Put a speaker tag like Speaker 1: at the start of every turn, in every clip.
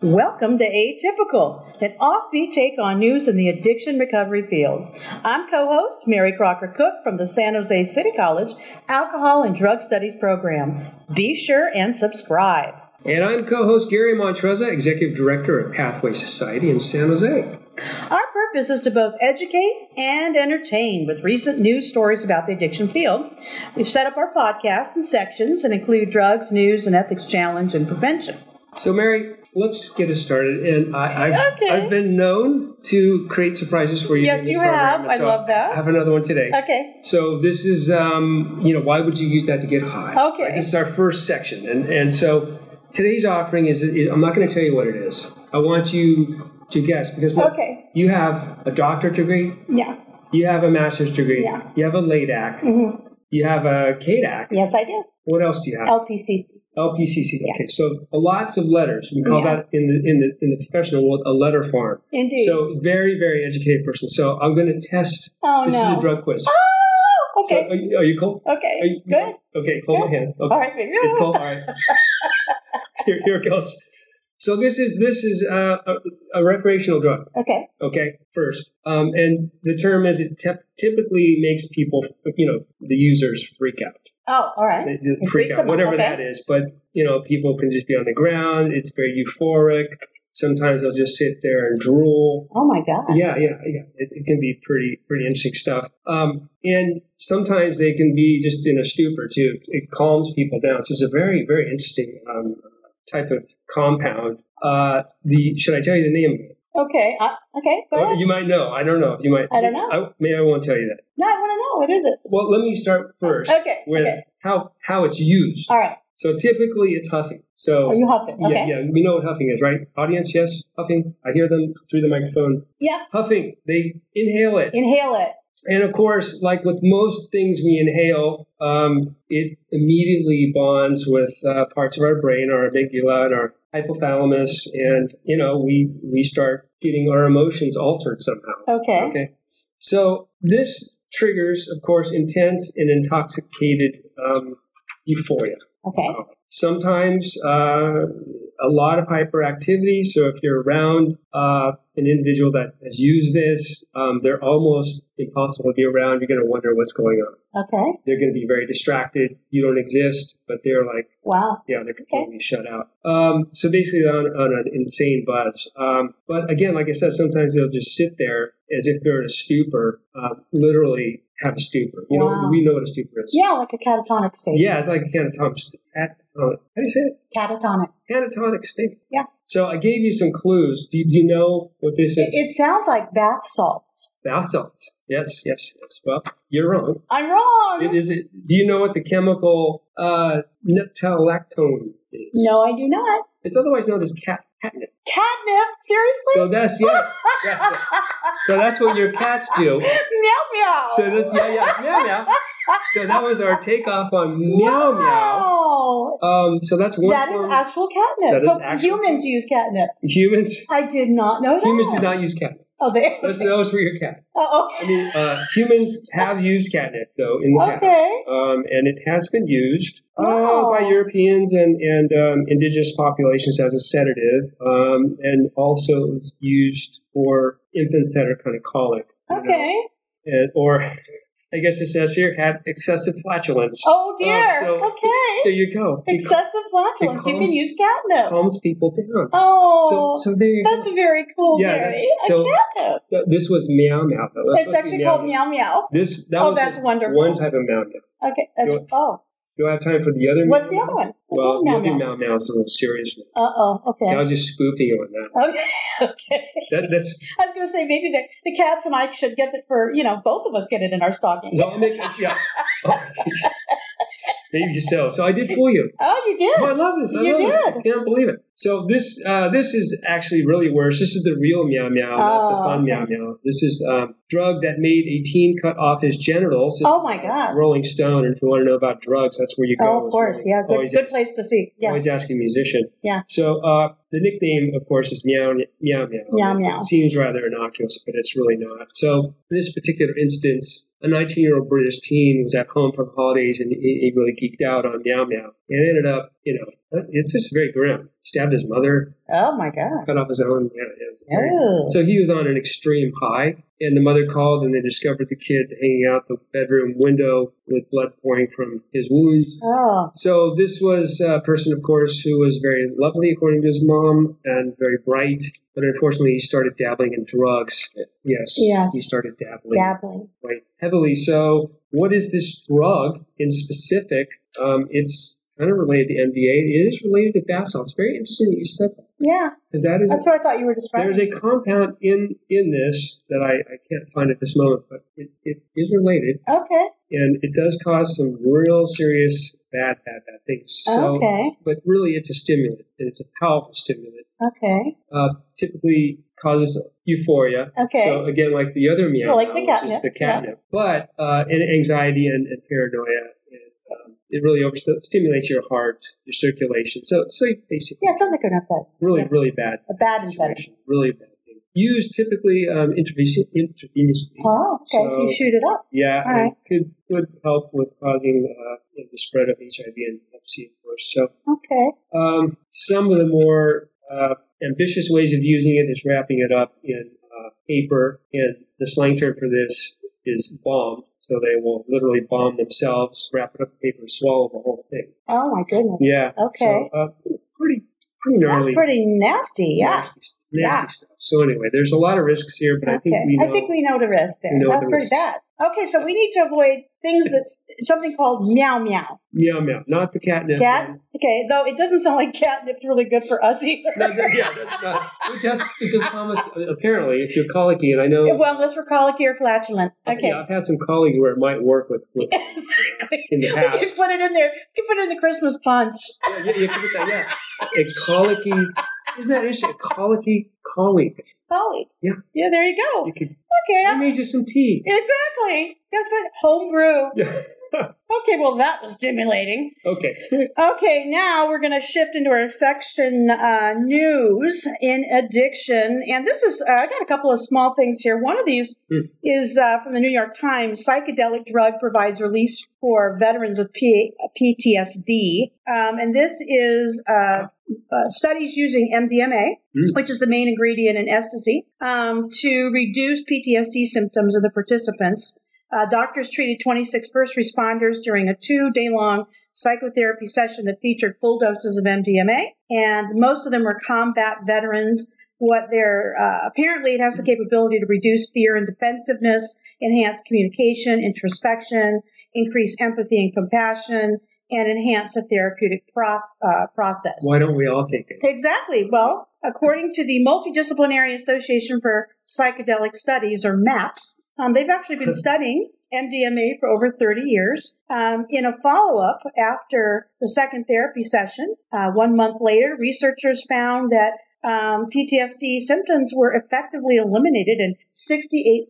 Speaker 1: Welcome to Atypical, an offbeat take on news in the addiction recovery field. I'm co host Mary Crocker Cook from the San Jose City College Alcohol and Drug Studies program. Be sure and subscribe.
Speaker 2: And I'm co host Gary Montreza, Executive Director of Pathway Society in San Jose.
Speaker 1: Our purpose is to both educate and entertain with recent news stories about the addiction field. We've set up our podcast in sections and include drugs, news, and ethics challenge and prevention.
Speaker 2: So, Mary, let's get us started. And I, I've,
Speaker 1: Okay.
Speaker 2: I've been known to create surprises for you.
Speaker 1: Yes,
Speaker 2: in this
Speaker 1: you
Speaker 2: program,
Speaker 1: have.
Speaker 2: and
Speaker 1: I
Speaker 2: so
Speaker 1: love that.
Speaker 2: I have another one today.
Speaker 1: Okay.
Speaker 2: So this is, um, you know, why would you use that to get high?
Speaker 1: Okay.
Speaker 2: Right, This is our first section, and and so today's offering is. is- I'm not going to tell you what it is. I want you to guess because look,
Speaker 1: Okay.
Speaker 2: you have a doctorate degree,
Speaker 1: Yeah.
Speaker 2: you have a master's degree,
Speaker 1: Yeah.
Speaker 2: you have a LADAC,
Speaker 1: Mhm.
Speaker 2: you have a KDAC.
Speaker 1: Yes, I do.
Speaker 2: What else do you have?
Speaker 1: LPCC.
Speaker 2: LPCC.
Speaker 1: Yeah.
Speaker 2: Okay, so lots of letters. We call
Speaker 1: Yeah.
Speaker 2: that in the in the in the professional world a letter farm.
Speaker 1: Indeed.
Speaker 2: So very very educated person. So I'm going to test.
Speaker 1: oh,
Speaker 2: this
Speaker 1: no.
Speaker 2: is a drug quiz.
Speaker 1: Oh,
Speaker 2: So
Speaker 1: okay.
Speaker 2: are you, are you cool?
Speaker 1: okay.
Speaker 2: Are you-
Speaker 1: Good.
Speaker 2: Okay, hold my
Speaker 1: Good.
Speaker 2: hand.
Speaker 1: All
Speaker 2: Okay,
Speaker 1: right. baby.
Speaker 2: it's cold. All right, here, here it goes. So this is this is uh, a, a recreational drug.
Speaker 1: Okay.
Speaker 2: Okay, first, um, and the term is it tep- typically makes people, you know, the users freak out.
Speaker 1: Oh, all right.
Speaker 2: They, they
Speaker 1: It
Speaker 2: freak
Speaker 1: freaks
Speaker 2: out,
Speaker 1: them out,
Speaker 2: whatever
Speaker 1: okay.
Speaker 2: that is. But you know, people can just be on the ground. It's very euphoric. Sometimes they'll just sit there and drool.
Speaker 1: Oh, my God.
Speaker 2: Yeah, yeah, yeah. It, it can be pretty, pretty interesting stuff. Um, and sometimes they can be just in a stupor too. It calms people down. So it's a very, very interesting um, type of compound. Uh, the should I tell you the name of it?
Speaker 1: Okay. Uh, okay. Go
Speaker 2: Or
Speaker 1: ahead.
Speaker 2: you might know. I don't know if you might.
Speaker 1: I don't know.
Speaker 2: maybe I won't tell you that.
Speaker 1: No, I want to know. What is it?
Speaker 2: Well, let me start first
Speaker 1: Okay,
Speaker 2: with
Speaker 1: okay.
Speaker 2: how how it's used.
Speaker 1: All right.
Speaker 2: So typically it's huffing. So
Speaker 1: Are you huffing? Okay.
Speaker 2: yeah, yeah, we know what huffing is, right? Audience, yes, huffing. I hear them through the microphone.
Speaker 1: Yeah.
Speaker 2: Huffing. They inhale it.
Speaker 1: Inhale it.
Speaker 2: And of course, like with most things we inhale, um, it immediately bonds with uh, parts of our brain, our amygdala and our hypothalamus, and you know we we start getting our emotions altered somehow.
Speaker 1: Okay.
Speaker 2: So this triggers, of course, intense and intoxicated um, euphoria.
Speaker 1: Okay.
Speaker 2: Sometimes uh, a lot of hyperactivity. So if you're around uh, an individual that has used this, um, they're almost impossible to be around. You're going to wonder what's going on.
Speaker 1: Okay.
Speaker 2: They're going to be very distracted. You don't exist, but they're like,
Speaker 1: Wow.
Speaker 2: yeah, they're completely shut out. Um, so basically, on, on an insane buzz. Um, but again, like I said, sometimes they'll just sit there as if they're in a stupor, uh, literally have a stupor. You know,
Speaker 1: Wow.
Speaker 2: we know what a stupor is.
Speaker 1: Yeah, like a catatonic state.
Speaker 2: Yeah, it's like a catatonic. st- cat- uh, How do you say it?
Speaker 1: Catatonic.
Speaker 2: Catatonic state.
Speaker 1: Yeah.
Speaker 2: So I gave you some clues. Do, do you know what this is?
Speaker 1: It, it sounds like bath salts.
Speaker 2: bath salts. Yes, yes, yes. Well, you're wrong.
Speaker 1: I'm wrong.
Speaker 2: It is. It, do you know what the chemical uh, neptalactone is?
Speaker 1: No, I do not.
Speaker 2: It's otherwise known as cat catnip.
Speaker 1: Catnip? Seriously?
Speaker 2: So that's yes. yes. So that's what your cats do.
Speaker 1: meow meow.
Speaker 2: So this yeah yeah meow meow. So that was our takeoff on meow meow.
Speaker 1: Wow.
Speaker 2: Um, so that's one
Speaker 1: That is
Speaker 2: form.
Speaker 1: actual catnip.
Speaker 2: That is
Speaker 1: so
Speaker 2: actual-
Speaker 1: humans use catnip.
Speaker 2: humans
Speaker 1: I did not know that.
Speaker 2: humans do not use catnip.
Speaker 1: Oh, they.
Speaker 2: That's- That was for your cat.
Speaker 1: Oh,
Speaker 2: I
Speaker 1: okay.
Speaker 2: mean, uh, humans have used catnip though in the past,
Speaker 1: Okay.
Speaker 2: um, and it has been used uh,
Speaker 1: Wow.
Speaker 2: by Europeans and and um, indigenous populations as a sedative, um, and also is used for infants that are kind of colic. you know,
Speaker 1: Okay.
Speaker 2: and, or I guess it says here had excessive flatulence.
Speaker 1: Oh dear.
Speaker 2: Uh, so-
Speaker 1: okay.
Speaker 2: There you go. It
Speaker 1: Excessive flatulence. you can
Speaker 2: calms-
Speaker 1: use catnip.
Speaker 2: calms people down.
Speaker 1: oh,
Speaker 2: so so there you
Speaker 1: that's
Speaker 2: go.
Speaker 1: very cool,
Speaker 2: Yeah,
Speaker 1: Mary.
Speaker 2: that's-
Speaker 1: A
Speaker 2: so-
Speaker 1: catnip.
Speaker 2: Th- This was meow meow. though. That's
Speaker 1: It's
Speaker 2: supposed to be
Speaker 1: actually called meow meow.
Speaker 2: This that
Speaker 1: Oh,
Speaker 2: was
Speaker 1: that's
Speaker 2: the
Speaker 1: wonderful.
Speaker 2: one type of meow meow.
Speaker 1: Okay. That's,
Speaker 2: You
Speaker 1: oh,
Speaker 2: Do I have time for the other?
Speaker 1: what's the
Speaker 2: meow?
Speaker 1: other one? What's
Speaker 2: Well,
Speaker 1: the
Speaker 2: meow
Speaker 1: other meow
Speaker 2: meow
Speaker 1: meow?
Speaker 2: meow now is a little serious. one.
Speaker 1: Uh oh.
Speaker 2: See, I
Speaker 1: Okay.
Speaker 2: was just spoofing you on that.
Speaker 1: Okay. Okay.
Speaker 2: that that's
Speaker 1: I was going to say maybe the, the cats and I should get it for you know both of us get it in our stockings.
Speaker 2: so I'll make yeah. Maybe so. So I did fool you.
Speaker 1: Oh, you
Speaker 2: Oh, I
Speaker 1: did.
Speaker 2: love this. I
Speaker 1: You
Speaker 2: love this. I
Speaker 1: did.
Speaker 2: can't believe it. So this uh, this is actually really worse. This is the real meow meow, not the
Speaker 1: Oh,
Speaker 2: fun meow meow. This is um, drug that made a teen cut off his genitals. This
Speaker 1: Oh
Speaker 2: is
Speaker 1: my God.
Speaker 2: Rolling Stone. And if you want to know about drugs, that's where you go.
Speaker 1: Oh, of
Speaker 2: It's
Speaker 1: course.
Speaker 2: really
Speaker 1: Yeah. Good.
Speaker 2: always
Speaker 1: Good place to see. Yeah.
Speaker 2: always asking musician.
Speaker 1: Yeah.
Speaker 2: So uh, the nickname, of course, is meow meow meow.
Speaker 1: Meow, meow.
Speaker 2: It seems rather innocuous, but it's really not. So in this particular instance, a 19-year-old British teen was at home for the holidays and he, he really geeked out on meow meow and ended up, you know, It's just very grim. Stabbed his mother,
Speaker 1: Oh my God.
Speaker 2: cut off his own. Yeah, it was very-
Speaker 1: Oh.
Speaker 2: So he was on an extreme high, and the mother called, and they discovered the kid hanging out the bedroom window with blood pouring from his wounds.
Speaker 1: Oh.
Speaker 2: So this was a person, of course, who was very lovely, according to his mom, and very bright. But unfortunately, he started dabbling in drugs. Yes.
Speaker 1: Yes.
Speaker 2: He started dabbling
Speaker 1: Dabbling.
Speaker 2: quite heavily. So what is this drug in specific? Um, it's kind of related to MDA. It is related to basalt. It's very interesting that you said that.
Speaker 1: Yeah.
Speaker 2: Because that is
Speaker 1: That's what I thought you were describing.
Speaker 2: there's a compound in in this that I, I can't find at this moment, but it, it is related,
Speaker 1: okay.
Speaker 2: and it does cause some real serious bad, bad, bad things. So,
Speaker 1: okay.
Speaker 2: but really, it's a stimulant, and it's a powerful stimulant.
Speaker 1: Okay.
Speaker 2: Uh, typically causes euphoria.
Speaker 1: Okay.
Speaker 2: So again, like the other meow,
Speaker 1: Well, like the
Speaker 2: which is
Speaker 1: catnip,
Speaker 2: the catnip, but uh, and anxiety and, and paranoia. And, um, it really overstimulates your heart, your circulation. So, so basically,
Speaker 1: Yeah, it sounds like an upset.
Speaker 2: really,
Speaker 1: yeah.
Speaker 2: really bad
Speaker 1: A bad infection.
Speaker 2: situation. Really bad thing. Used typically um, intravenous, intravenously.
Speaker 1: Oh, okay. So, you
Speaker 2: So-
Speaker 1: shoot it up.
Speaker 2: Yeah,
Speaker 1: All right.
Speaker 2: and could could help with causing uh, you know, the spread of HIV and Hep C, of course. So
Speaker 1: Okay.
Speaker 2: um, some of the more uh, ambitious ways of using it is wrapping it up in uh, paper, and the slang term for this is bomb. So they will literally bomb themselves, wrap it up in paper, and swallow the whole thing.
Speaker 1: Oh my goodness.
Speaker 2: Yeah.
Speaker 1: Okay.
Speaker 2: So, uh, pretty pretty
Speaker 1: That's
Speaker 2: gnarly.
Speaker 1: pretty nasty. Yeah.
Speaker 2: Nasty, stuff-
Speaker 1: Yeah.
Speaker 2: nasty stuff. So anyway, there's a lot of risks here, but I think
Speaker 1: okay.
Speaker 2: we know.
Speaker 1: I think we know the risk there.
Speaker 2: we know
Speaker 1: That's
Speaker 2: the
Speaker 1: pretty
Speaker 2: risks.
Speaker 1: bad. Okay, so we need to avoid things that's something called meow meow.
Speaker 2: meow meow, not the catnip.
Speaker 1: Cat.
Speaker 2: one.
Speaker 1: Okay, though it doesn't sound like catnip's really good for us either.
Speaker 2: No, that, yeah, that's not, it does. It does almost apparently if you're colicky, and I know.
Speaker 1: well, unless we're colicky or flatulent. Okay.
Speaker 2: Oh. Yeah, I've had some colleagues where it might work with. with yeah,
Speaker 1: exactly.
Speaker 2: In the
Speaker 1: We can
Speaker 2: past.
Speaker 1: put it in there. We can put it in the Christmas punch.
Speaker 2: yeah, you can get that. Yeah, a colicky. Isn't that interesting? A colicky colleague.
Speaker 1: Colic.
Speaker 2: Yeah.
Speaker 1: Yeah, there you go.
Speaker 2: You could
Speaker 1: Okay.
Speaker 2: I
Speaker 1: I-
Speaker 2: made you some tea.
Speaker 1: Exactly. That's right. Homebrew.
Speaker 2: Yeah.
Speaker 1: Okay, well, that was stimulating.
Speaker 2: Okay.
Speaker 1: Okay, now we're going to shift into our section uh, news in addiction. And this is, uh, I got a couple of small things here. One of these
Speaker 2: Hmm.
Speaker 1: is uh, from the New York Times psychedelic drug provides release for veterans with P- PTSD. Um, and this is uh, uh, studies using MDMA,
Speaker 2: Hmm.
Speaker 1: which is the main ingredient in ecstasy, um, to reduce PTSD symptoms of the participants. Uh, doctors treated 26 first responders during a two day long psychotherapy session that featured full doses of MDMA, and most of them were combat veterans. What they're uh, apparently it has the capability to reduce fear and defensiveness, enhance communication, introspection, increase empathy and compassion, and enhance the therapeutic pro- uh, process.
Speaker 2: Why don't we all take it?
Speaker 1: Exactly. Well, according to the Multidisciplinary Association for Psychedelic Studies, or MAPS, um, they've actually been studying MDMA for over 30 years. Um, in a follow up after the second therapy session, uh, one month later, researchers found that um, PTSD symptoms were effectively eliminated in 68%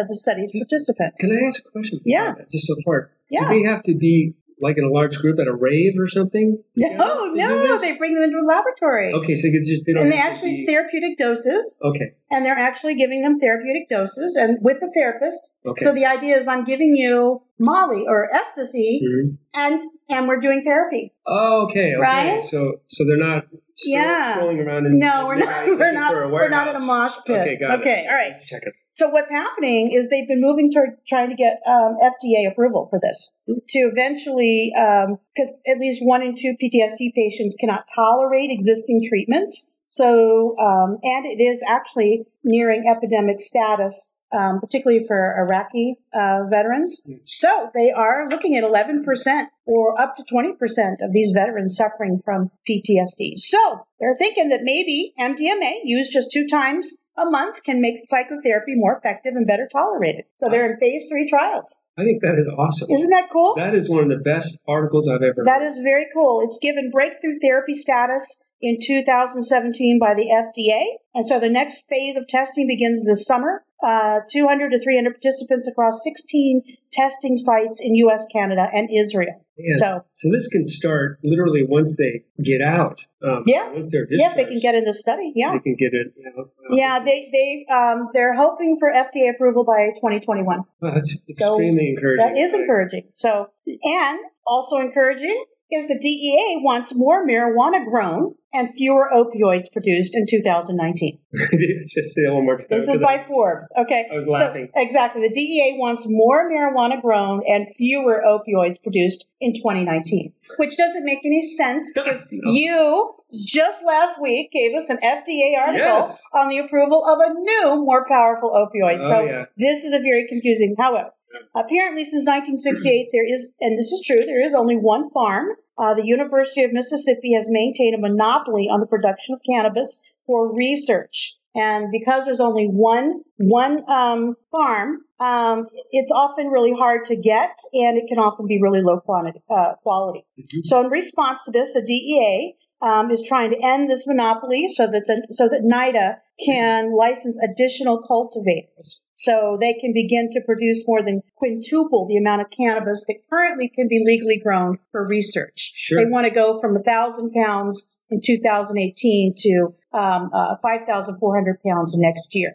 Speaker 1: of the study's participants.
Speaker 2: Can I ask a question? about
Speaker 1: Yeah.
Speaker 2: that, Just so far.
Speaker 1: Yeah.
Speaker 2: Do they have to be like in a large group at a rave or something?
Speaker 1: No,
Speaker 2: They do
Speaker 1: no,
Speaker 2: this?
Speaker 1: they bring them into a laboratory.
Speaker 2: Okay, so they could just they don't.
Speaker 1: And they
Speaker 2: have to
Speaker 1: actually, it's
Speaker 2: be-
Speaker 1: therapeutic doses.
Speaker 2: Okay.
Speaker 1: and they're actually giving them therapeutic doses and with the therapist.
Speaker 2: Okay.
Speaker 1: So the idea is I'm giving you Molly or ecstasy
Speaker 2: Mhm.
Speaker 1: and and we're doing therapy.
Speaker 2: Oh, okay, okay.
Speaker 1: Right?
Speaker 2: So, so they're not stroll,
Speaker 1: Yeah.
Speaker 2: strolling around. In,
Speaker 1: No,
Speaker 2: in
Speaker 1: we're
Speaker 2: midnight
Speaker 1: not
Speaker 2: looking
Speaker 1: we're not
Speaker 2: for a
Speaker 1: we're not in a
Speaker 2: warehouse.
Speaker 1: mosh pit.
Speaker 2: Okay, got it.
Speaker 1: Okay, all right.
Speaker 2: Check it.
Speaker 1: So what's happening is they've been moving toward trying to get um, FDA approval for this to eventually, because at least one in two PTSD patients cannot tolerate existing treatments. So, um, and it is actually nearing epidemic status, um, particularly for Iraqi uh, veterans. So they are looking at 11% or up to 20% of these veterans suffering from PTSD. So they're thinking that maybe MDMA used just two times a month can make psychotherapy more effective and better tolerated. So they're in phase three trials.
Speaker 2: I think that is awesome.
Speaker 1: Isn't that cool?
Speaker 2: That is one of the best articles I've ever.
Speaker 1: That is very cool. It's given breakthrough therapy status in 2017 by the FDA. And so the next phase of testing begins this summer. Uh, 200 to 300 participants across 16 testing sites in US, Canada, and Israel.
Speaker 2: Yes.
Speaker 1: So,
Speaker 2: so this can start literally once they get out. Um,
Speaker 1: Yeah.
Speaker 2: Once they're
Speaker 1: yeah,
Speaker 2: discharged.
Speaker 1: if they can get in the study. Yeah.
Speaker 2: They can get it. You know, uh,
Speaker 1: Yeah,
Speaker 2: this-
Speaker 1: they, they, um, they're hoping for FDA approval by 2021.
Speaker 2: Wow, that's extremely encouraging.
Speaker 1: That is encouraging. So, and also encouraging is the DEA wants more marijuana grown and fewer opioids produced in 2019.
Speaker 2: Just say that one more time.
Speaker 1: This is
Speaker 2: 'cause I-
Speaker 1: by Forbes. Okay.
Speaker 2: Uh, I was
Speaker 1: So,
Speaker 2: laughing.
Speaker 1: exactly. The DEA wants more marijuana grown and fewer opioids produced in 2019, which doesn't make any sense because
Speaker 2: No.
Speaker 1: you just last week gave us an FDA article
Speaker 2: Yes.
Speaker 1: on the approval of a new, more powerful opioid.
Speaker 2: Oh,
Speaker 1: so
Speaker 2: yeah.
Speaker 1: this is a very confusing. However, apparently since 1968, there is, and this is true, there is only one farm. Uh, the University of Mississippi has maintained a monopoly on the production of cannabis for research. And because there's only one one um, farm, um, it's often really hard to get, and it can often be really low quantity, uh, quality. So, in response to this, the DEA um, is trying to end this monopoly so that the, so that NIDA can license additional cultivators, so they can begin to produce more than quintuple the amount of cannabis that currently can be legally grown for research.
Speaker 2: Sure.
Speaker 1: They want to go from a thousand pounds in 2018 to um, uh, 5,400 pounds next year.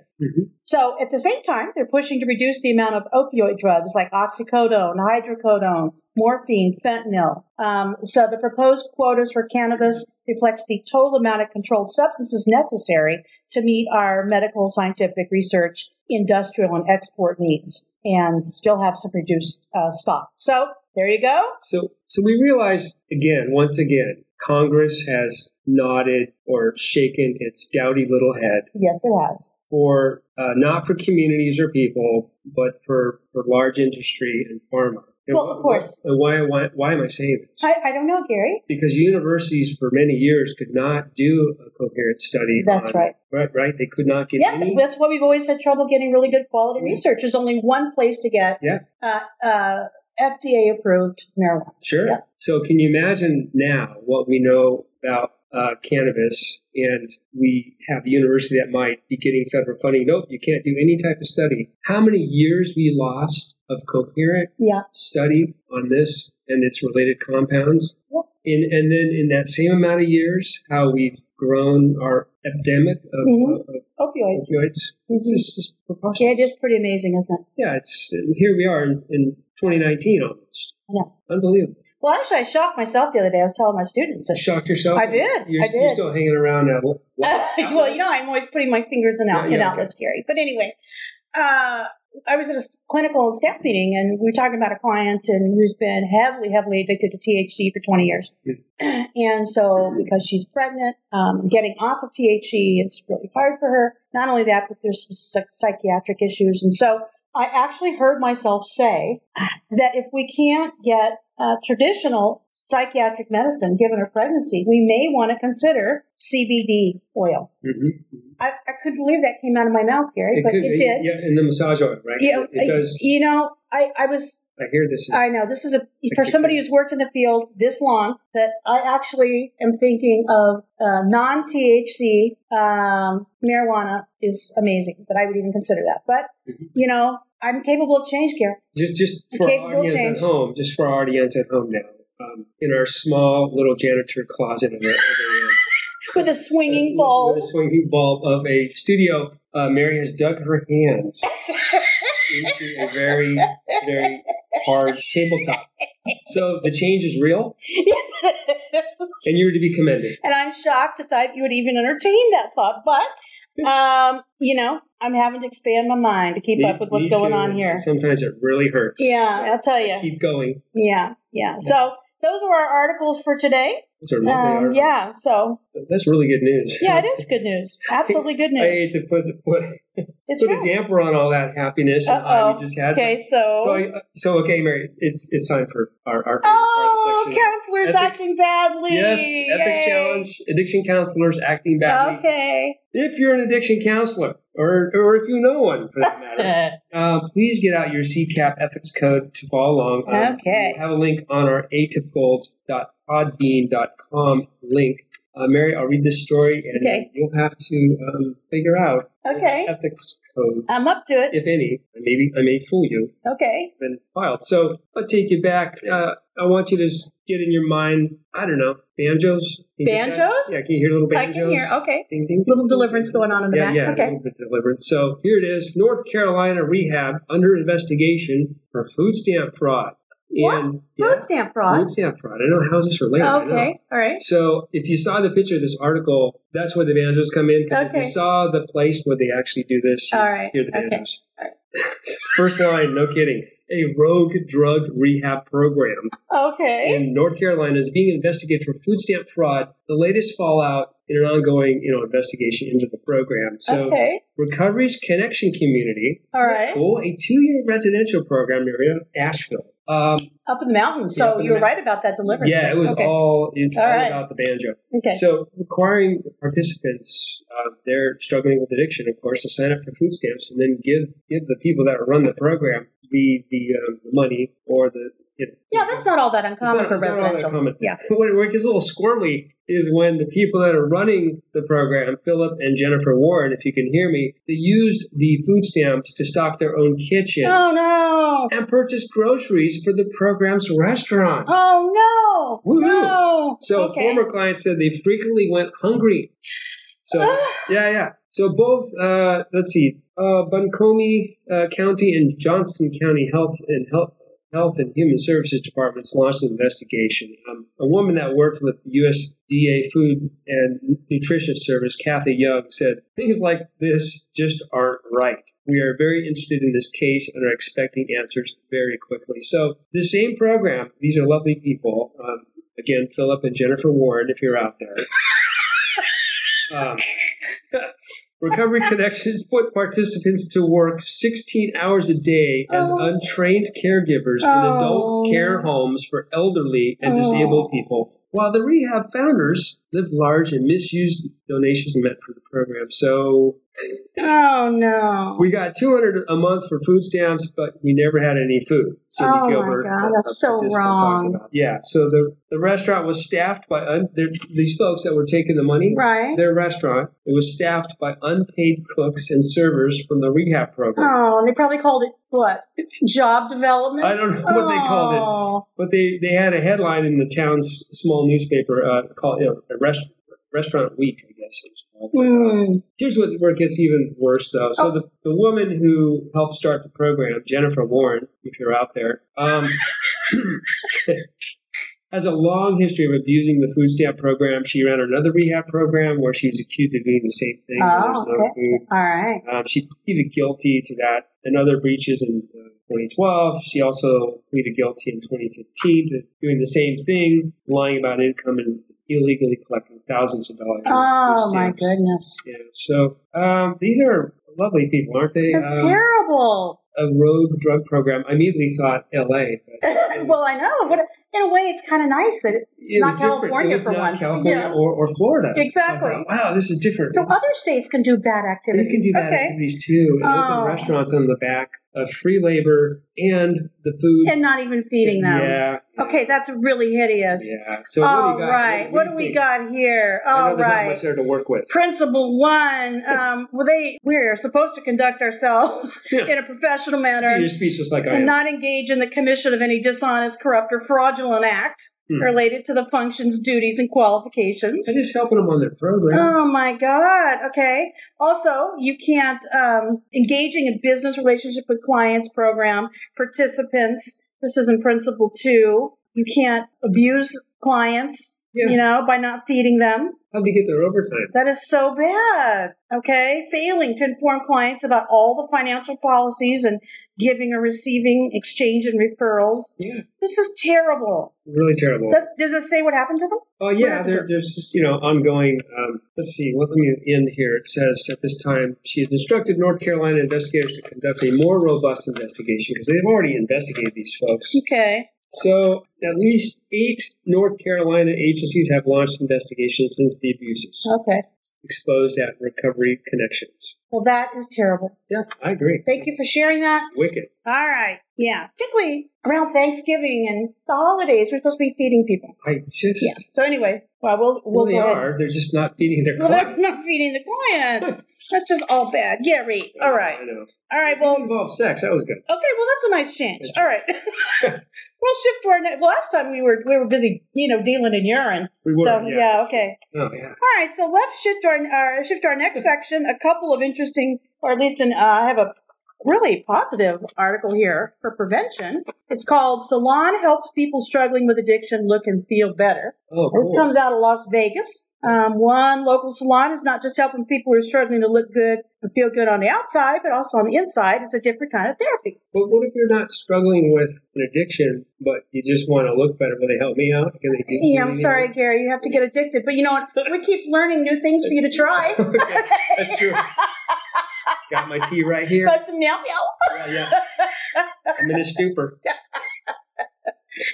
Speaker 1: So at the same time, they're pushing to reduce the amount of opioid drugs like oxycodone, hydrocodone, morphine, fentanyl. Um, so the proposed quotas for cannabis reflects the total amount of controlled substances necessary to meet our medical, scientific, research, industrial, and export needs, and still have some reduced uh, stock. So there you go.
Speaker 2: So, so we realize again, once again, Congress has nodded or shaken its dowdy little head
Speaker 1: Yes, it has.
Speaker 2: for uh, not for communities or people, but for, for large industry and pharma. And
Speaker 1: Well, of
Speaker 2: wh-
Speaker 1: course.
Speaker 2: And why, why, why am I saying this?
Speaker 1: I, I don't know, Gary.
Speaker 2: because universities for many years could not do a coherent study.
Speaker 1: That's
Speaker 2: on-
Speaker 1: right.
Speaker 2: Right, right. They could not get
Speaker 1: Yeah,
Speaker 2: any.
Speaker 1: that's why we've always had trouble getting really good quality
Speaker 2: Mhm.
Speaker 1: research. There's only one place to get
Speaker 2: Yeah.
Speaker 1: uh, uh, FDA approved marijuana.
Speaker 2: Sure.
Speaker 1: Yeah.
Speaker 2: So, can you imagine now what we know about uh, cannabis, and we have a university that might be getting federal funding? Nope, you can't do any type of study. How many years we lost of coherent
Speaker 1: Yeah,
Speaker 2: study on this and its related compounds?
Speaker 1: Yeah.
Speaker 2: In, and then, in that same amount of years, how we've grown our epidemic of,
Speaker 1: Mhm.
Speaker 2: of
Speaker 1: opioids.
Speaker 2: opioids. It's
Speaker 1: Mhm.
Speaker 2: just, just preposterous.
Speaker 1: Yeah, it is pretty amazing, isn't it?
Speaker 2: Yeah, it's and here we are in, in 2019 almost.
Speaker 1: Yeah.
Speaker 2: Unbelievable.
Speaker 1: Well, actually, I shocked myself the other day. I was telling my students that.
Speaker 2: Shocked yourself?
Speaker 1: I did,
Speaker 2: You're,
Speaker 1: I did.
Speaker 2: you're still hanging around now. What- what-
Speaker 1: well, you know, I'm always putting my fingers in, out,
Speaker 2: Yeah,
Speaker 1: in
Speaker 2: yeah,
Speaker 1: outlets, Gary. But anyway, uh, I was at a s- clinical staff meeting, and we were talking about a client and who's been heavily, heavily addicted to THC for 20 years. and so, because she's pregnant, um, getting off of THC is really hard for her. Not only that, but there's some psych- psychiatric issues, and so I actually heard myself say that if we can't get uh, traditional psychiatric medicine given a pregnancy, we may want to consider CBD oil.
Speaker 2: Mhm.
Speaker 1: I, I couldn't believe that came out of my mouth, Gary,
Speaker 2: It
Speaker 1: but
Speaker 2: could-
Speaker 1: it did.
Speaker 2: Yeah, and the massage oil, right?
Speaker 1: You know,
Speaker 2: it, it does.
Speaker 1: You know, I, I was
Speaker 2: I hear this. Is,
Speaker 1: I know this is a for somebody who's worked in the field this long that I actually am thinking of uh, non THC um, marijuana is amazing that I would even consider that. But
Speaker 2: Mm-hmm.
Speaker 1: you know, I'm capable of change, Gary.
Speaker 2: Just, just
Speaker 1: I
Speaker 2: for
Speaker 1: can't
Speaker 2: our
Speaker 1: feel
Speaker 2: audience
Speaker 1: change.
Speaker 2: at home, just for our audience at home now, um, in our small little janitor closet of a, of a,
Speaker 1: with a swinging
Speaker 2: Uh, With
Speaker 1: bulb.
Speaker 2: a swinging bulb of a studio. Uh, Mary has dug her hands into a very, very hard tabletop. So the change is real,
Speaker 1: Yes.
Speaker 2: and you're to be commended.
Speaker 1: and I'm shocked that thought you would even entertain that thought, but um, you know, I'm having to expand my mind to keep up with what's
Speaker 2: Me- me
Speaker 1: going
Speaker 2: too.
Speaker 1: on here.
Speaker 2: Sometimes it really hurts.
Speaker 1: Yeah, I'll tell you.
Speaker 2: Keep going.
Speaker 1: Yeah, yeah. So those are our articles for today.
Speaker 2: Those are lovely
Speaker 1: Um,
Speaker 2: articles.
Speaker 1: yeah, so
Speaker 2: That's really good news.
Speaker 1: yeah, it is good news. Absolutely good
Speaker 2: I
Speaker 1: news.
Speaker 2: hate to put put,
Speaker 1: It's
Speaker 2: put a
Speaker 1: true.
Speaker 2: damper on all that happiness and high
Speaker 1: Uh
Speaker 2: we
Speaker 1: oh.
Speaker 2: just had.
Speaker 1: Okay,
Speaker 2: So,
Speaker 1: so.
Speaker 2: I, so okay, Mary, it's it's time for our our favorite part of
Speaker 1: Oh,
Speaker 2: the section.
Speaker 1: counselors
Speaker 2: Ethics-
Speaker 1: acting badly.
Speaker 2: Yes,
Speaker 1: Yay.
Speaker 2: ethics challenge, addiction counselors acting badly.
Speaker 1: Okay.
Speaker 2: If you're an addiction counselor, or, or if you know one for that matter, uh, please get out your CCAP ethics code to follow along.
Speaker 1: Okay.
Speaker 2: We'll have a link on our atypical.podbean.com link. Uh, Mary, I'll read this story, and
Speaker 1: Okay.
Speaker 2: you'll have to um, figure out which
Speaker 1: Okay.
Speaker 2: ethics code,
Speaker 1: I'm up to it.
Speaker 2: if any. Maybe I may fool you
Speaker 1: Okay.
Speaker 2: been filed. So I'll take you back. Uh, I want you to s- get in your mind, I don't know, banjos? Can you get that?
Speaker 1: Banjos?
Speaker 2: Yeah, can you hear little
Speaker 1: I
Speaker 2: banjos?
Speaker 1: can hear. Okay.
Speaker 2: Ding, ding, ding.
Speaker 1: Little deliverance going on in the
Speaker 2: Yeah,
Speaker 1: back.
Speaker 2: yeah, a
Speaker 1: okay.
Speaker 2: little bit of deliverance. So here it is North Carolina rehab under investigation for food stamp fraud.
Speaker 1: What?
Speaker 2: And
Speaker 1: Food stamp fraud.
Speaker 2: Food stamp fraud. I know. How's this related? I know.
Speaker 1: Okay, all right.
Speaker 2: So if you saw the picture of this article, that's where the banjos come in. Because
Speaker 1: Okay.
Speaker 2: if you saw the place where they actually do this, you
Speaker 1: All right,
Speaker 2: hear the
Speaker 1: okay,
Speaker 2: banjos.
Speaker 1: all
Speaker 2: First line, no kidding. A rogue drug rehab program
Speaker 1: Okay.
Speaker 2: in North Carolina is being investigated for food stamp fraud, the latest fallout in an ongoing, you know, investigation into the program. So
Speaker 1: okay.
Speaker 2: Recovery's Connection Community,
Speaker 1: All right.
Speaker 2: cool, a two-year residential program area, Asheville. Um,
Speaker 1: Up in the mountains.
Speaker 2: Yeah, up
Speaker 1: So
Speaker 2: in
Speaker 1: you were
Speaker 2: the
Speaker 1: right about that deliverance.
Speaker 2: yeah,
Speaker 1: thing.
Speaker 2: it was
Speaker 1: okay.
Speaker 2: all it's all,
Speaker 1: All right.
Speaker 2: about the banjo.
Speaker 1: Okay.
Speaker 2: So requiring participants, uh, they're struggling with addiction, of course, to sign up for food stamps and then give give the people that run the program the the um, money or the you know,
Speaker 1: yeah, that's not all that
Speaker 2: it's
Speaker 1: uncommon
Speaker 2: not-
Speaker 1: for
Speaker 2: it's not all that
Speaker 1: residential.
Speaker 2: common.
Speaker 1: Yeah.
Speaker 2: What where it gets a little squirmy is when the people that are running the program, Philip and Jennifer Warren, if you can hear me, they used the food stamps to stock their own kitchen
Speaker 1: Oh no.
Speaker 2: and purchase groceries for the program's restaurant.
Speaker 1: Oh no.
Speaker 2: Woohoo.
Speaker 1: No.
Speaker 2: So
Speaker 1: okay.
Speaker 2: former clients said they frequently went hungry. So yeah, yeah. So both, uh, let's see, uh, Buncombe uh, County and Johnston County Health and Health. Health and Human Services Departments launched an investigation. Um, a woman that worked with USDA Food and Nutrition Service, Kathy Young, said things like this just aren't right. We are very interested in this case and are expecting answers very quickly. So the same program. These are lovely people. Um, again, Philip and Jennifer Warren, if you're out there. Um, Recovery Connections put participants to work 16 hours a day as
Speaker 1: Oh.
Speaker 2: untrained caregivers in adult
Speaker 1: Oh.
Speaker 2: care homes for elderly and
Speaker 1: Oh.
Speaker 2: disabled people, while the rehab founders lived large and misused donations meant for the program. So
Speaker 1: oh no.
Speaker 2: we got 200 a month for food stamps, but we never had any food. Cindy
Speaker 1: Oh my
Speaker 2: Gilbert,
Speaker 1: God,
Speaker 2: uh,
Speaker 1: that's so
Speaker 2: participant, talked
Speaker 1: wrong.
Speaker 2: about. Yeah, so the, the restaurant was staffed by un, they're- these folks that were taking the money
Speaker 1: Right.
Speaker 2: their restaurant. It was staffed by unpaid cooks and servers from the rehab program.
Speaker 1: Oh, and they probably called it what? Job development?
Speaker 2: I don't know what they called it,
Speaker 1: Oh.
Speaker 2: but they, they had a headline in the town's small newspaper uh, called you know, a rest, Restaurant Week, I guess it was called.
Speaker 1: Mm.
Speaker 2: Here's what, where it gets even worse, though. So
Speaker 1: Oh.
Speaker 2: the, the woman who helped start the program, Jennifer Warren, if you're out there, um, has a long history of abusing the food stamp program. She ran another rehab program where she was accused of doing the same thing. where
Speaker 1: Oh,
Speaker 2: there's no
Speaker 1: okay.
Speaker 2: food.
Speaker 1: All right.
Speaker 2: Um, she pleaded guilty to that and other breaches in uh, 2012. She also pleaded guilty in 2015 to doing the same thing, lying about income and illegally collecting thousands of dollars. in
Speaker 1: Oh
Speaker 2: food
Speaker 1: my
Speaker 2: stamps.
Speaker 1: goodness.
Speaker 2: Yeah, so um, these are lovely people, aren't they?
Speaker 1: That's
Speaker 2: Um,
Speaker 1: terrible.
Speaker 2: a rogue drug program. I immediately thought L.A. But
Speaker 1: well, I know. But in a way, it's kind of nice that it- it's
Speaker 2: it was
Speaker 1: not
Speaker 2: different. it
Speaker 1: California
Speaker 2: was
Speaker 1: for
Speaker 2: not
Speaker 1: once.
Speaker 2: California
Speaker 1: yeah.
Speaker 2: or, or Florida. So I
Speaker 1: Exactly.
Speaker 2: thought, wow, this is different.
Speaker 1: So uh,
Speaker 2: This is-
Speaker 1: other states can do bad
Speaker 2: They
Speaker 1: activities.
Speaker 2: can do bad
Speaker 1: okay.
Speaker 2: activities too, and
Speaker 1: Oh.
Speaker 2: open restaurants on the back of free labor and the food.
Speaker 1: And not even feeding them.
Speaker 2: Yeah.
Speaker 1: Okay, that's really hideous.
Speaker 2: Yeah. So what do
Speaker 1: All
Speaker 2: you got?
Speaker 1: right. What do we
Speaker 2: think?
Speaker 1: got here?
Speaker 2: I
Speaker 1: All
Speaker 2: know there's not
Speaker 1: right.
Speaker 2: much there to work with.
Speaker 1: Principle one. Um, well, they we're supposed to conduct ourselves
Speaker 2: Yeah.
Speaker 1: in a professional manner
Speaker 2: You're speechless like I
Speaker 1: and
Speaker 2: am.
Speaker 1: not engage in the commission of any dishonest, corrupt, or fraudulent act
Speaker 2: Hmm.
Speaker 1: related to the functions, duties, and qualifications.
Speaker 2: I'm just helping them on their program.
Speaker 1: Oh my God. Okay. Also, you can't um, engaging in business relationship with clients, program participants. This is in principle two. You can't abuse clients,
Speaker 2: Yeah.
Speaker 1: you know, by not feeding them.
Speaker 2: How'd they get their overtime?
Speaker 1: That is so bad. Okay. Failing to inform clients about all the financial policies and giving or receiving exchange and referrals.
Speaker 2: Yeah.
Speaker 1: This is terrible.
Speaker 2: Really terrible.
Speaker 1: Does, does it say what happened to them?
Speaker 2: Oh yeah,
Speaker 1: happened
Speaker 2: there, there's just you know ongoing. Um, let's see, let me end here. It says at this time she had instructed North Carolina investigators to conduct a more robust investigation because they've already investigated these folks.
Speaker 1: Okay.
Speaker 2: So at least eight North Carolina agencies have launched investigations into the abuses
Speaker 1: Okay.
Speaker 2: exposed at Recovery Connections.
Speaker 1: Well, that is terrible.
Speaker 2: Yeah, I agree.
Speaker 1: Thank you for sharing that.
Speaker 2: Wicked.
Speaker 1: All right. Yeah. Particularly around Thanksgiving and the holidays, we're supposed to be feeding people.
Speaker 2: I just
Speaker 1: Yeah. So anyway, well, we'll we'll
Speaker 2: well, they
Speaker 1: go ahead.
Speaker 2: are. They're just not feeding their
Speaker 1: Well, they're
Speaker 2: clients.
Speaker 1: not feeding the clients. That's just all bad. Yeah, right. All right.
Speaker 2: I know.
Speaker 1: All right.
Speaker 2: Well,
Speaker 1: Well,
Speaker 2: it
Speaker 1: okay.
Speaker 2: involves sex. That was good.
Speaker 1: Well, that's a nice change. All right. we'll shift to our next. Last time we were we were busy, you know, dealing in urine.
Speaker 2: We were,
Speaker 1: so
Speaker 2: yeah.
Speaker 1: yeah. Okay.
Speaker 2: Oh yeah.
Speaker 1: All right, so let's shift to our, our shift to our next section. A couple of interesting, or at least an, uh, I have a really positive article here for prevention. It's called Salon Helps People Struggling with Addiction Look and Feel Better.
Speaker 2: Oh,
Speaker 1: This
Speaker 2: cool.
Speaker 1: comes out of Las Vegas. Um, one local salon is not just helping people who are struggling to look good and feel good on the outside, but also on the inside. It's a different kind of therapy.
Speaker 2: But what if you're not struggling with an addiction, but you just want to look better? Will they help me out? Can they do?
Speaker 1: Yeah,
Speaker 2: can
Speaker 1: I'm
Speaker 2: they-
Speaker 1: sorry, Gary. You have to get addicted. But you know what? We keep learning new things for you to try.
Speaker 2: okay, that's true. Got my tea right here.
Speaker 1: But meow meow.
Speaker 2: Yeah, yeah. I'm in a stupor.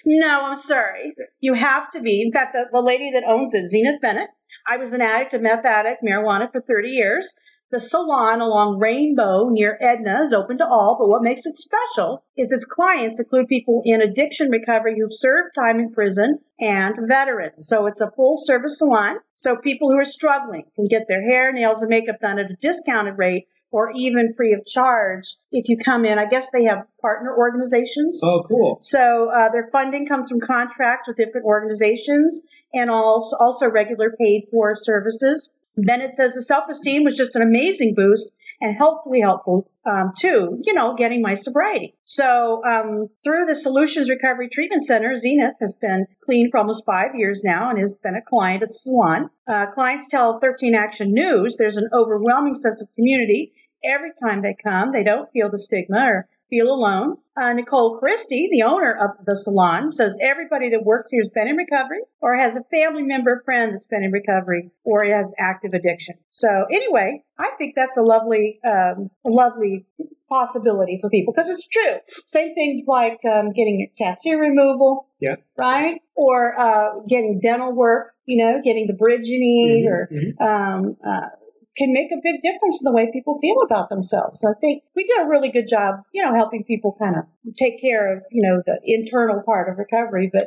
Speaker 1: No, I'm sorry. You have to be. In fact, the, the lady that owns it, Zenith Bennett, I was an addict, a meth addict, marijuana for 30 years. The salon along Rainbow near Edna is open to all, but what makes it special is its clients include people in addiction recovery who've served time in prison and veterans. So it's a full service salon. So people who are struggling can get their hair, nails, and makeup done at a discounted rate or even free of charge if you come in. I guess they have partner organizations.
Speaker 2: Oh, cool.
Speaker 1: So uh, their funding comes from contracts with different organizations and also, also regular paid for services. Bennett says the self esteem was just an amazing boost and helpfully helpful um, to, you know, getting my sobriety. So um, through the Solutions Recovery Treatment Center, Zenith has been clean for almost five years now and has been a client at the salon. Uh, clients tell 13 Action News there's an overwhelming sense of community every time they come. They don't feel the stigma or feel alone. Uh, Nicole Christie, the owner of the salon, says everybody that works here has been in recovery or has a family member or friend that's been in recovery or has active addiction. So anyway, I think that's a lovely, um, a lovely possibility for people because it's true. Same things like um, getting a tattoo removal,
Speaker 2: Yeah.
Speaker 1: right, or uh, getting dental work. You know, getting the bridge you need, or
Speaker 2: Mhm, mhm.
Speaker 1: um, uh, can make a big difference in the way people feel about themselves. I think we do a really good job, you know, helping people kind of take care of, you know, the internal part of recovery. But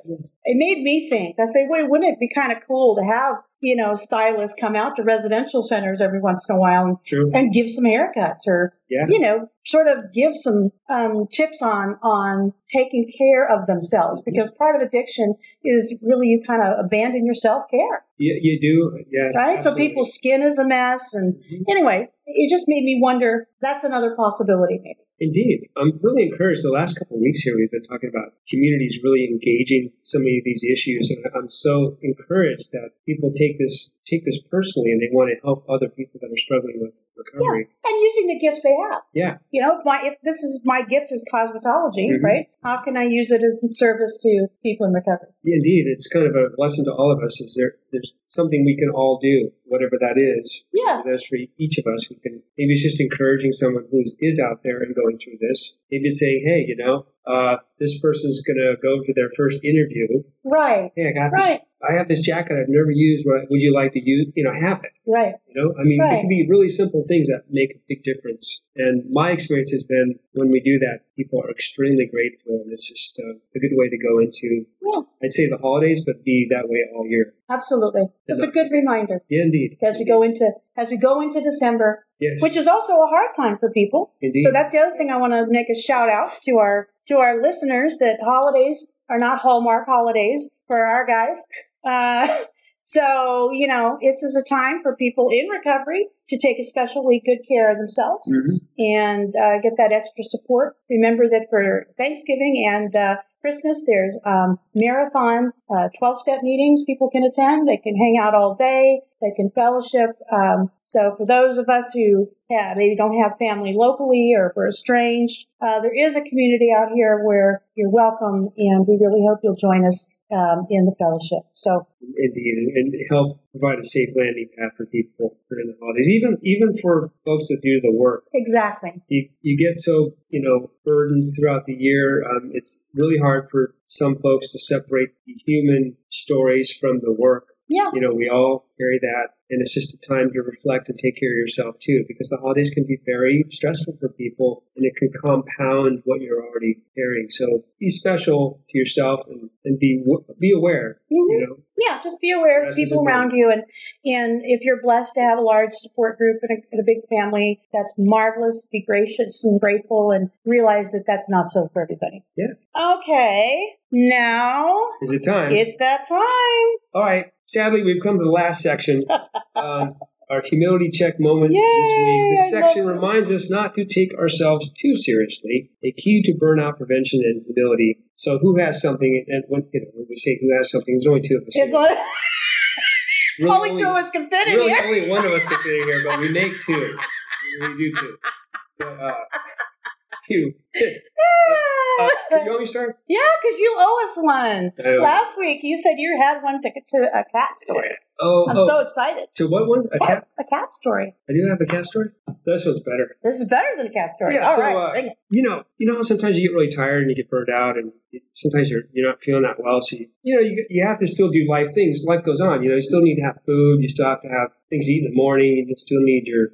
Speaker 1: it made me think. I say, wait, wouldn't it be kind of cool to have, you know, stylists come out to residential centers every once in a while and,
Speaker 2: True.
Speaker 1: and give some haircuts or
Speaker 2: Yeah.
Speaker 1: you know, sort of give some um, tips on on taking care of themselves because part of addiction is really you kind of abandon your self care
Speaker 2: You, you do. Yes.
Speaker 1: right? So
Speaker 2: absolutely.
Speaker 1: people's skin is a mess, and
Speaker 2: Mhm.
Speaker 1: anyway, it just made me wonder. That's another possibility, maybe.
Speaker 2: Indeed. I'm really encouraged. The last couple of weeks here, we've been talking about communities really engaging so many of these issues. And I'm so encouraged that people take this, take this personally and they want to help other people that are struggling with recovery.
Speaker 1: And using the gifts they have,
Speaker 2: Yeah.
Speaker 1: you know, if my if this is my gift is cosmetology,
Speaker 2: Mhm.
Speaker 1: right? How can I use it as in service to people in recovery?
Speaker 2: Indeed. It's kind of a lesson to all of us is there, there's something we can all do, whatever that is.
Speaker 1: Yeah,
Speaker 2: That's for each of us. We can maybe it's just encouraging someone who is out there and going through this. Maybe it's saying, "Hey, you know, uh, this person's going to go to their first interview.
Speaker 1: right,
Speaker 2: Hey, I got
Speaker 1: Right.
Speaker 2: this. I have this jacket I've never used. Would would you like to use? You know, have it?
Speaker 1: right.
Speaker 2: You know, I mean, it
Speaker 1: Right.
Speaker 2: can be really simple things that make a big difference. And my experience has been when we do that, people are extremely grateful, and it's just uh, a good way to go into.
Speaker 1: Yeah,
Speaker 2: I'd say the holidays, but be that way all year.
Speaker 1: absolutely. Just a good reminder
Speaker 2: Yeah, indeed.
Speaker 1: as we go into as we go into December,
Speaker 2: Yes.
Speaker 1: which is also a hard time for people.
Speaker 2: Indeed.
Speaker 1: So that's the other thing I want to make a shout out to our to our listeners that holidays are not Hallmark holidays for our guys. Uh, so you know, this is a time for people in recovery to take especially good care of themselves
Speaker 2: Mhm.
Speaker 1: and uh, get that extra support. Remember that for Thanksgiving and uh, Christmas, there's um, marathon uh, 12-step meetings people can attend. They can hang out all day. They can fellowship. Um, so for those of us who yeah, maybe don't have family locally or if we're estranged, uh, there is a community out here where you're welcome, and we really hope you'll join us um, in the fellowship. So
Speaker 2: Indeed, and and help provide a safe landing pad for people during the holidays, even even for folks that do the work.
Speaker 1: exactly,
Speaker 2: You, you get so you know burdened throughout the year. Um, it's really hard for some folks to separate the human stories from the work.
Speaker 1: yeah,
Speaker 2: You know, we all carry that, and it's just a time to reflect and take care of yourself too, because the holidays can be very stressful for people, and it can compound what you're already carrying. So be special to yourself and, and be w- be aware.
Speaker 1: Mhm.
Speaker 2: You know,
Speaker 1: yeah. Just be aware of
Speaker 2: Rest is
Speaker 1: people around you, and and if you're blessed to have a large support group and a, and a big family, that's marvelous. Be gracious and grateful, and realize that that's not so for everybody.
Speaker 2: Yeah.
Speaker 1: Okay, now
Speaker 2: is it time?
Speaker 1: it's that time.
Speaker 2: All right. Sadly, we've come to the last section. Um, our humility check moment
Speaker 1: Yay,
Speaker 2: this week. This
Speaker 1: I
Speaker 2: section
Speaker 1: love it.
Speaker 2: reminds us not to take ourselves too seriously. A key to burnout prevention and humility. So, who has something? And when, you know, when we say who has something, there's only two of us.
Speaker 1: It's
Speaker 2: here.
Speaker 1: like,
Speaker 2: Really
Speaker 1: only two of us can fit in
Speaker 2: really
Speaker 1: here.
Speaker 2: only one of us can fit in here, but we make two. We do two. But, uh, you, uh, you want me to start?
Speaker 1: yeah, because you owe us one.
Speaker 2: Oh.
Speaker 1: Last week you said you had one to, to a cat story.
Speaker 2: Oh,
Speaker 1: I'm
Speaker 2: oh.
Speaker 1: so excited.
Speaker 2: to what one? A cat?
Speaker 1: A cat story.
Speaker 2: I do have a cat story. This one's better.
Speaker 1: This is better than a cat story.
Speaker 2: Yeah,
Speaker 1: All
Speaker 2: so,
Speaker 1: right,
Speaker 2: uh,
Speaker 1: bring it.
Speaker 2: you know, you know, how sometimes you get really tired and you get burned out, and you- sometimes you're you're not feeling that well. So you, you know, you, you have to still do life things. Life goes on. You know, you still need to have food. You still have to have things to eat in the morning. You still need your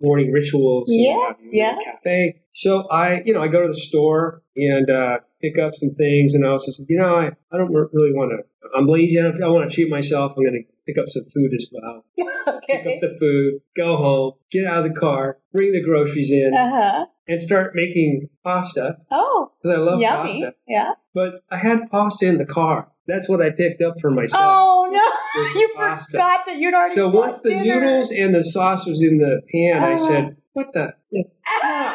Speaker 2: morning rituals. and
Speaker 1: Yeah,
Speaker 2: what have you, and
Speaker 1: yeah.
Speaker 2: a Cafe. So I, you know, I go to the store and uh, pick up some things, and I also said, you know, I, I don't really want to. I'm lazy. I, don't, I want to treat myself. I'm going to pick up some food as well. Pick
Speaker 1: okay.
Speaker 2: up the food. Go home. Get out of the car. Bring the groceries in
Speaker 1: Uh huh.
Speaker 2: and start making pasta
Speaker 1: Oh,
Speaker 2: because I love
Speaker 1: yummy.
Speaker 2: pasta.
Speaker 1: Yeah.
Speaker 2: But I had pasta in the car. That's what I picked up for myself.
Speaker 1: Oh
Speaker 2: with
Speaker 1: no! You
Speaker 2: pasta.
Speaker 1: forgot that you'd already.
Speaker 2: so once
Speaker 1: cooked
Speaker 2: the
Speaker 1: dinner.
Speaker 2: noodles and the sauce was in the pan, I
Speaker 1: Uh-huh.
Speaker 2: said, "What the?"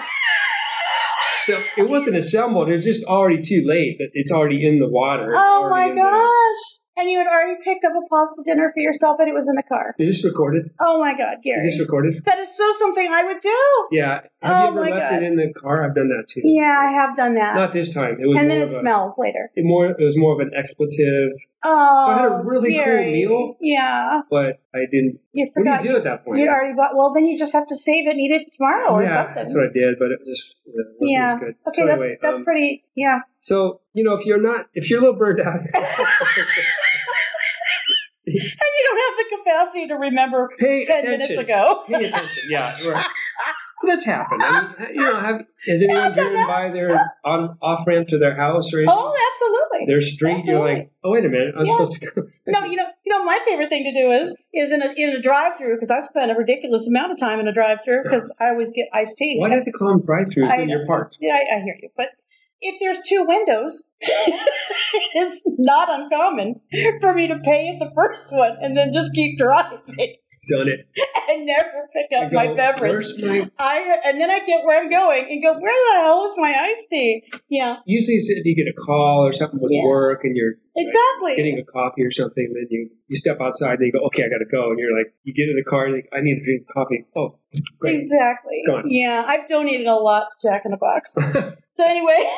Speaker 2: So it wasn't assembled. It was just already too late. That it's already in the water. It's
Speaker 1: oh
Speaker 2: already
Speaker 1: my
Speaker 2: in the-
Speaker 1: gosh! And you had already picked up a pasta dinner for yourself, and it was in the car.
Speaker 2: Is this recorded?
Speaker 1: Oh my God,
Speaker 2: Is
Speaker 1: Gary!
Speaker 2: this recorded?
Speaker 1: That is so something I would do.
Speaker 2: Yeah. Have you
Speaker 1: Oh
Speaker 2: ever
Speaker 1: my
Speaker 2: left
Speaker 1: God.
Speaker 2: it in the car? I've done that too.
Speaker 1: Yeah, I have done that.
Speaker 2: Not this time. It was
Speaker 1: and then
Speaker 2: more
Speaker 1: it
Speaker 2: of a,
Speaker 1: smells later.
Speaker 2: it more. It was more of an expletive.
Speaker 1: Oh,
Speaker 2: I had a really cool
Speaker 1: Gary.
Speaker 2: meal.
Speaker 1: Yeah,
Speaker 2: But I didn't.
Speaker 1: you
Speaker 2: What do
Speaker 1: forgot.
Speaker 2: you do at that point?
Speaker 1: would already bought. Well, then you just have to save it and eat it tomorrow or
Speaker 2: yeah,
Speaker 1: something.
Speaker 2: That's what I did, but it was just it wasn't
Speaker 1: yeah.
Speaker 2: as good.
Speaker 1: Okay,
Speaker 2: so
Speaker 1: that's
Speaker 2: anyway,
Speaker 1: that's
Speaker 2: um,
Speaker 1: pretty. Yeah.
Speaker 2: so you know if you're not if you're a little burned out,
Speaker 1: And you don't have the capacity to remember
Speaker 2: pay
Speaker 1: ten
Speaker 2: attention.
Speaker 1: minutes ago.
Speaker 2: Pay attention. Yeah, right. But that's happened. I mean, you know, have has anyone driven by their on off ramp to their house or anything?
Speaker 1: Oh, absolutely.
Speaker 2: their street? You're like, oh wait a minute, I'm
Speaker 1: Yeah.
Speaker 2: supposed to. go.
Speaker 1: No, you know, you know, my favorite thing to do is is in a in a drive through because I spend a ridiculous amount of time in a drive through because I always get iced tea.
Speaker 2: Why do you have to call them drive-throughs
Speaker 1: I
Speaker 2: when
Speaker 1: know.
Speaker 2: you're parked?
Speaker 1: Yeah, I, I hear you, but. If there's two windows, it's not uncommon for me to pay at the first one and then just keep driving
Speaker 2: Done it.
Speaker 1: and never pick
Speaker 2: I
Speaker 1: up
Speaker 2: go,
Speaker 1: my beverage.
Speaker 2: "Where's my-"
Speaker 1: I and then I get where I'm going and go, where the hell is my iced tea? Yeah,
Speaker 2: Usually, it's if you get a call or something with
Speaker 1: Yeah.
Speaker 2: work, and you're
Speaker 1: exactly.
Speaker 2: getting a coffee or something, then you, you step outside and you go, okay, I gotta go. And you're like, you get in the car and you I need to drink coffee. Oh, great.
Speaker 1: Exactly.
Speaker 2: It's gone.
Speaker 1: Yeah, I've donated a lot to Jack in the Box. so anyway,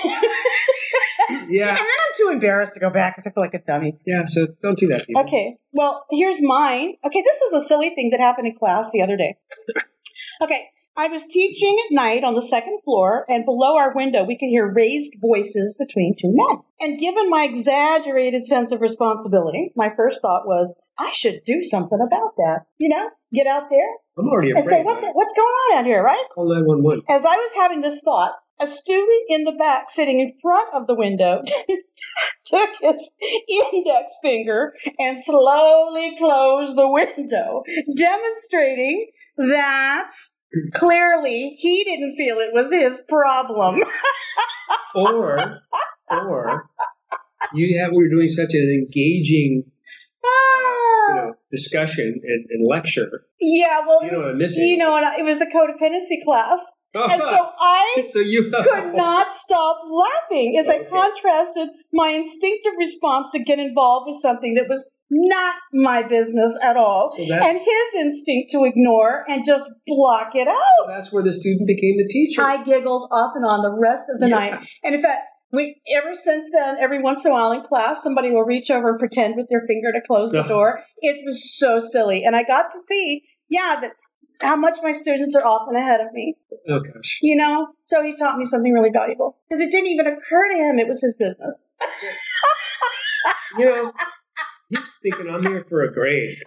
Speaker 1: and
Speaker 2: yeah,
Speaker 1: then I'm too embarrassed to go back because I feel like a dummy.
Speaker 2: yeah. So don't do that, people.
Speaker 1: Okay, well here's mine. Okay, this is a silly thing that happened in class the other day. okay, I was teaching at night on the second floor, and below our window we could hear raised voices between two men. And given my exaggerated sense of responsibility, my first thought was I should do something about that. You know, get out there
Speaker 2: I'm already
Speaker 1: and
Speaker 2: afraid.
Speaker 1: say what the, what's going on out here, right?
Speaker 2: Call 911.
Speaker 1: As I was having this thought, a student in the back sitting in front of the window took his index finger and slowly closed the window, demonstrating that clearly he didn't feel it was his problem.
Speaker 2: Or, or you have, we're doing such an engaging you know, discussion and, and lecture.
Speaker 1: Ah! yeah, well,
Speaker 2: You know what I'm missing?
Speaker 1: you know, and I- it was the codependency class. And so I
Speaker 2: So you
Speaker 1: could not stop laughing as I
Speaker 2: Okay.
Speaker 1: contrasted my instinctive response to get involved with something that was not my business at all
Speaker 2: So that's-
Speaker 1: and his instinct to ignore and just block it out.
Speaker 2: That's where the student became the teacher.
Speaker 1: I giggled off and on the rest of the
Speaker 2: Yeah.
Speaker 1: night. And in fact, we, ever since then, every once in a while in class, somebody will reach over and pretend with their finger to close the
Speaker 2: Yeah.
Speaker 1: door. It was so silly. And I got to see, yeah, that how much my students are often ahead of me
Speaker 2: oh gosh.
Speaker 1: you know? So he taught me something really valuable. Because it didn't even occur to him it was his business.
Speaker 2: You know, he's thinking I'm here for a grade.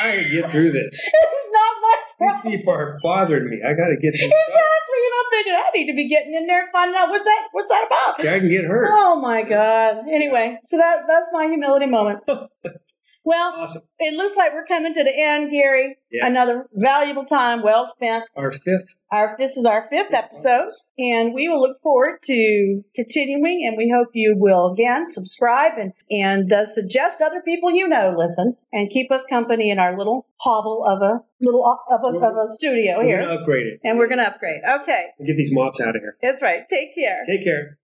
Speaker 2: I gotta get through this.
Speaker 1: it's not my
Speaker 2: These
Speaker 1: problem.
Speaker 2: people are bothering me. I got to get this. done.
Speaker 1: Exactly. And I'm thinking, I need to be getting in there and finding out what's that what's that about.
Speaker 2: I can get hurt.
Speaker 1: Oh my God. Anyway, so that that's my humility moment. Well,
Speaker 2: Awesome.
Speaker 1: it looks like we're coming to the end, Gary.
Speaker 2: Yeah.
Speaker 1: Another valuable time well spent.
Speaker 2: Our fifth.
Speaker 1: Our this is our fifth episode, and we will look forward to continuing. And we hope you will again subscribe and and uh, suggest other people you know listen and keep us company in our little hovel of a little of a, of a studio
Speaker 2: We're
Speaker 1: oh, here.
Speaker 2: going to upgrade it
Speaker 1: And we're going to upgrade. Okay,
Speaker 2: and get these mops out of here.
Speaker 1: that's right. Take care.
Speaker 2: Take care.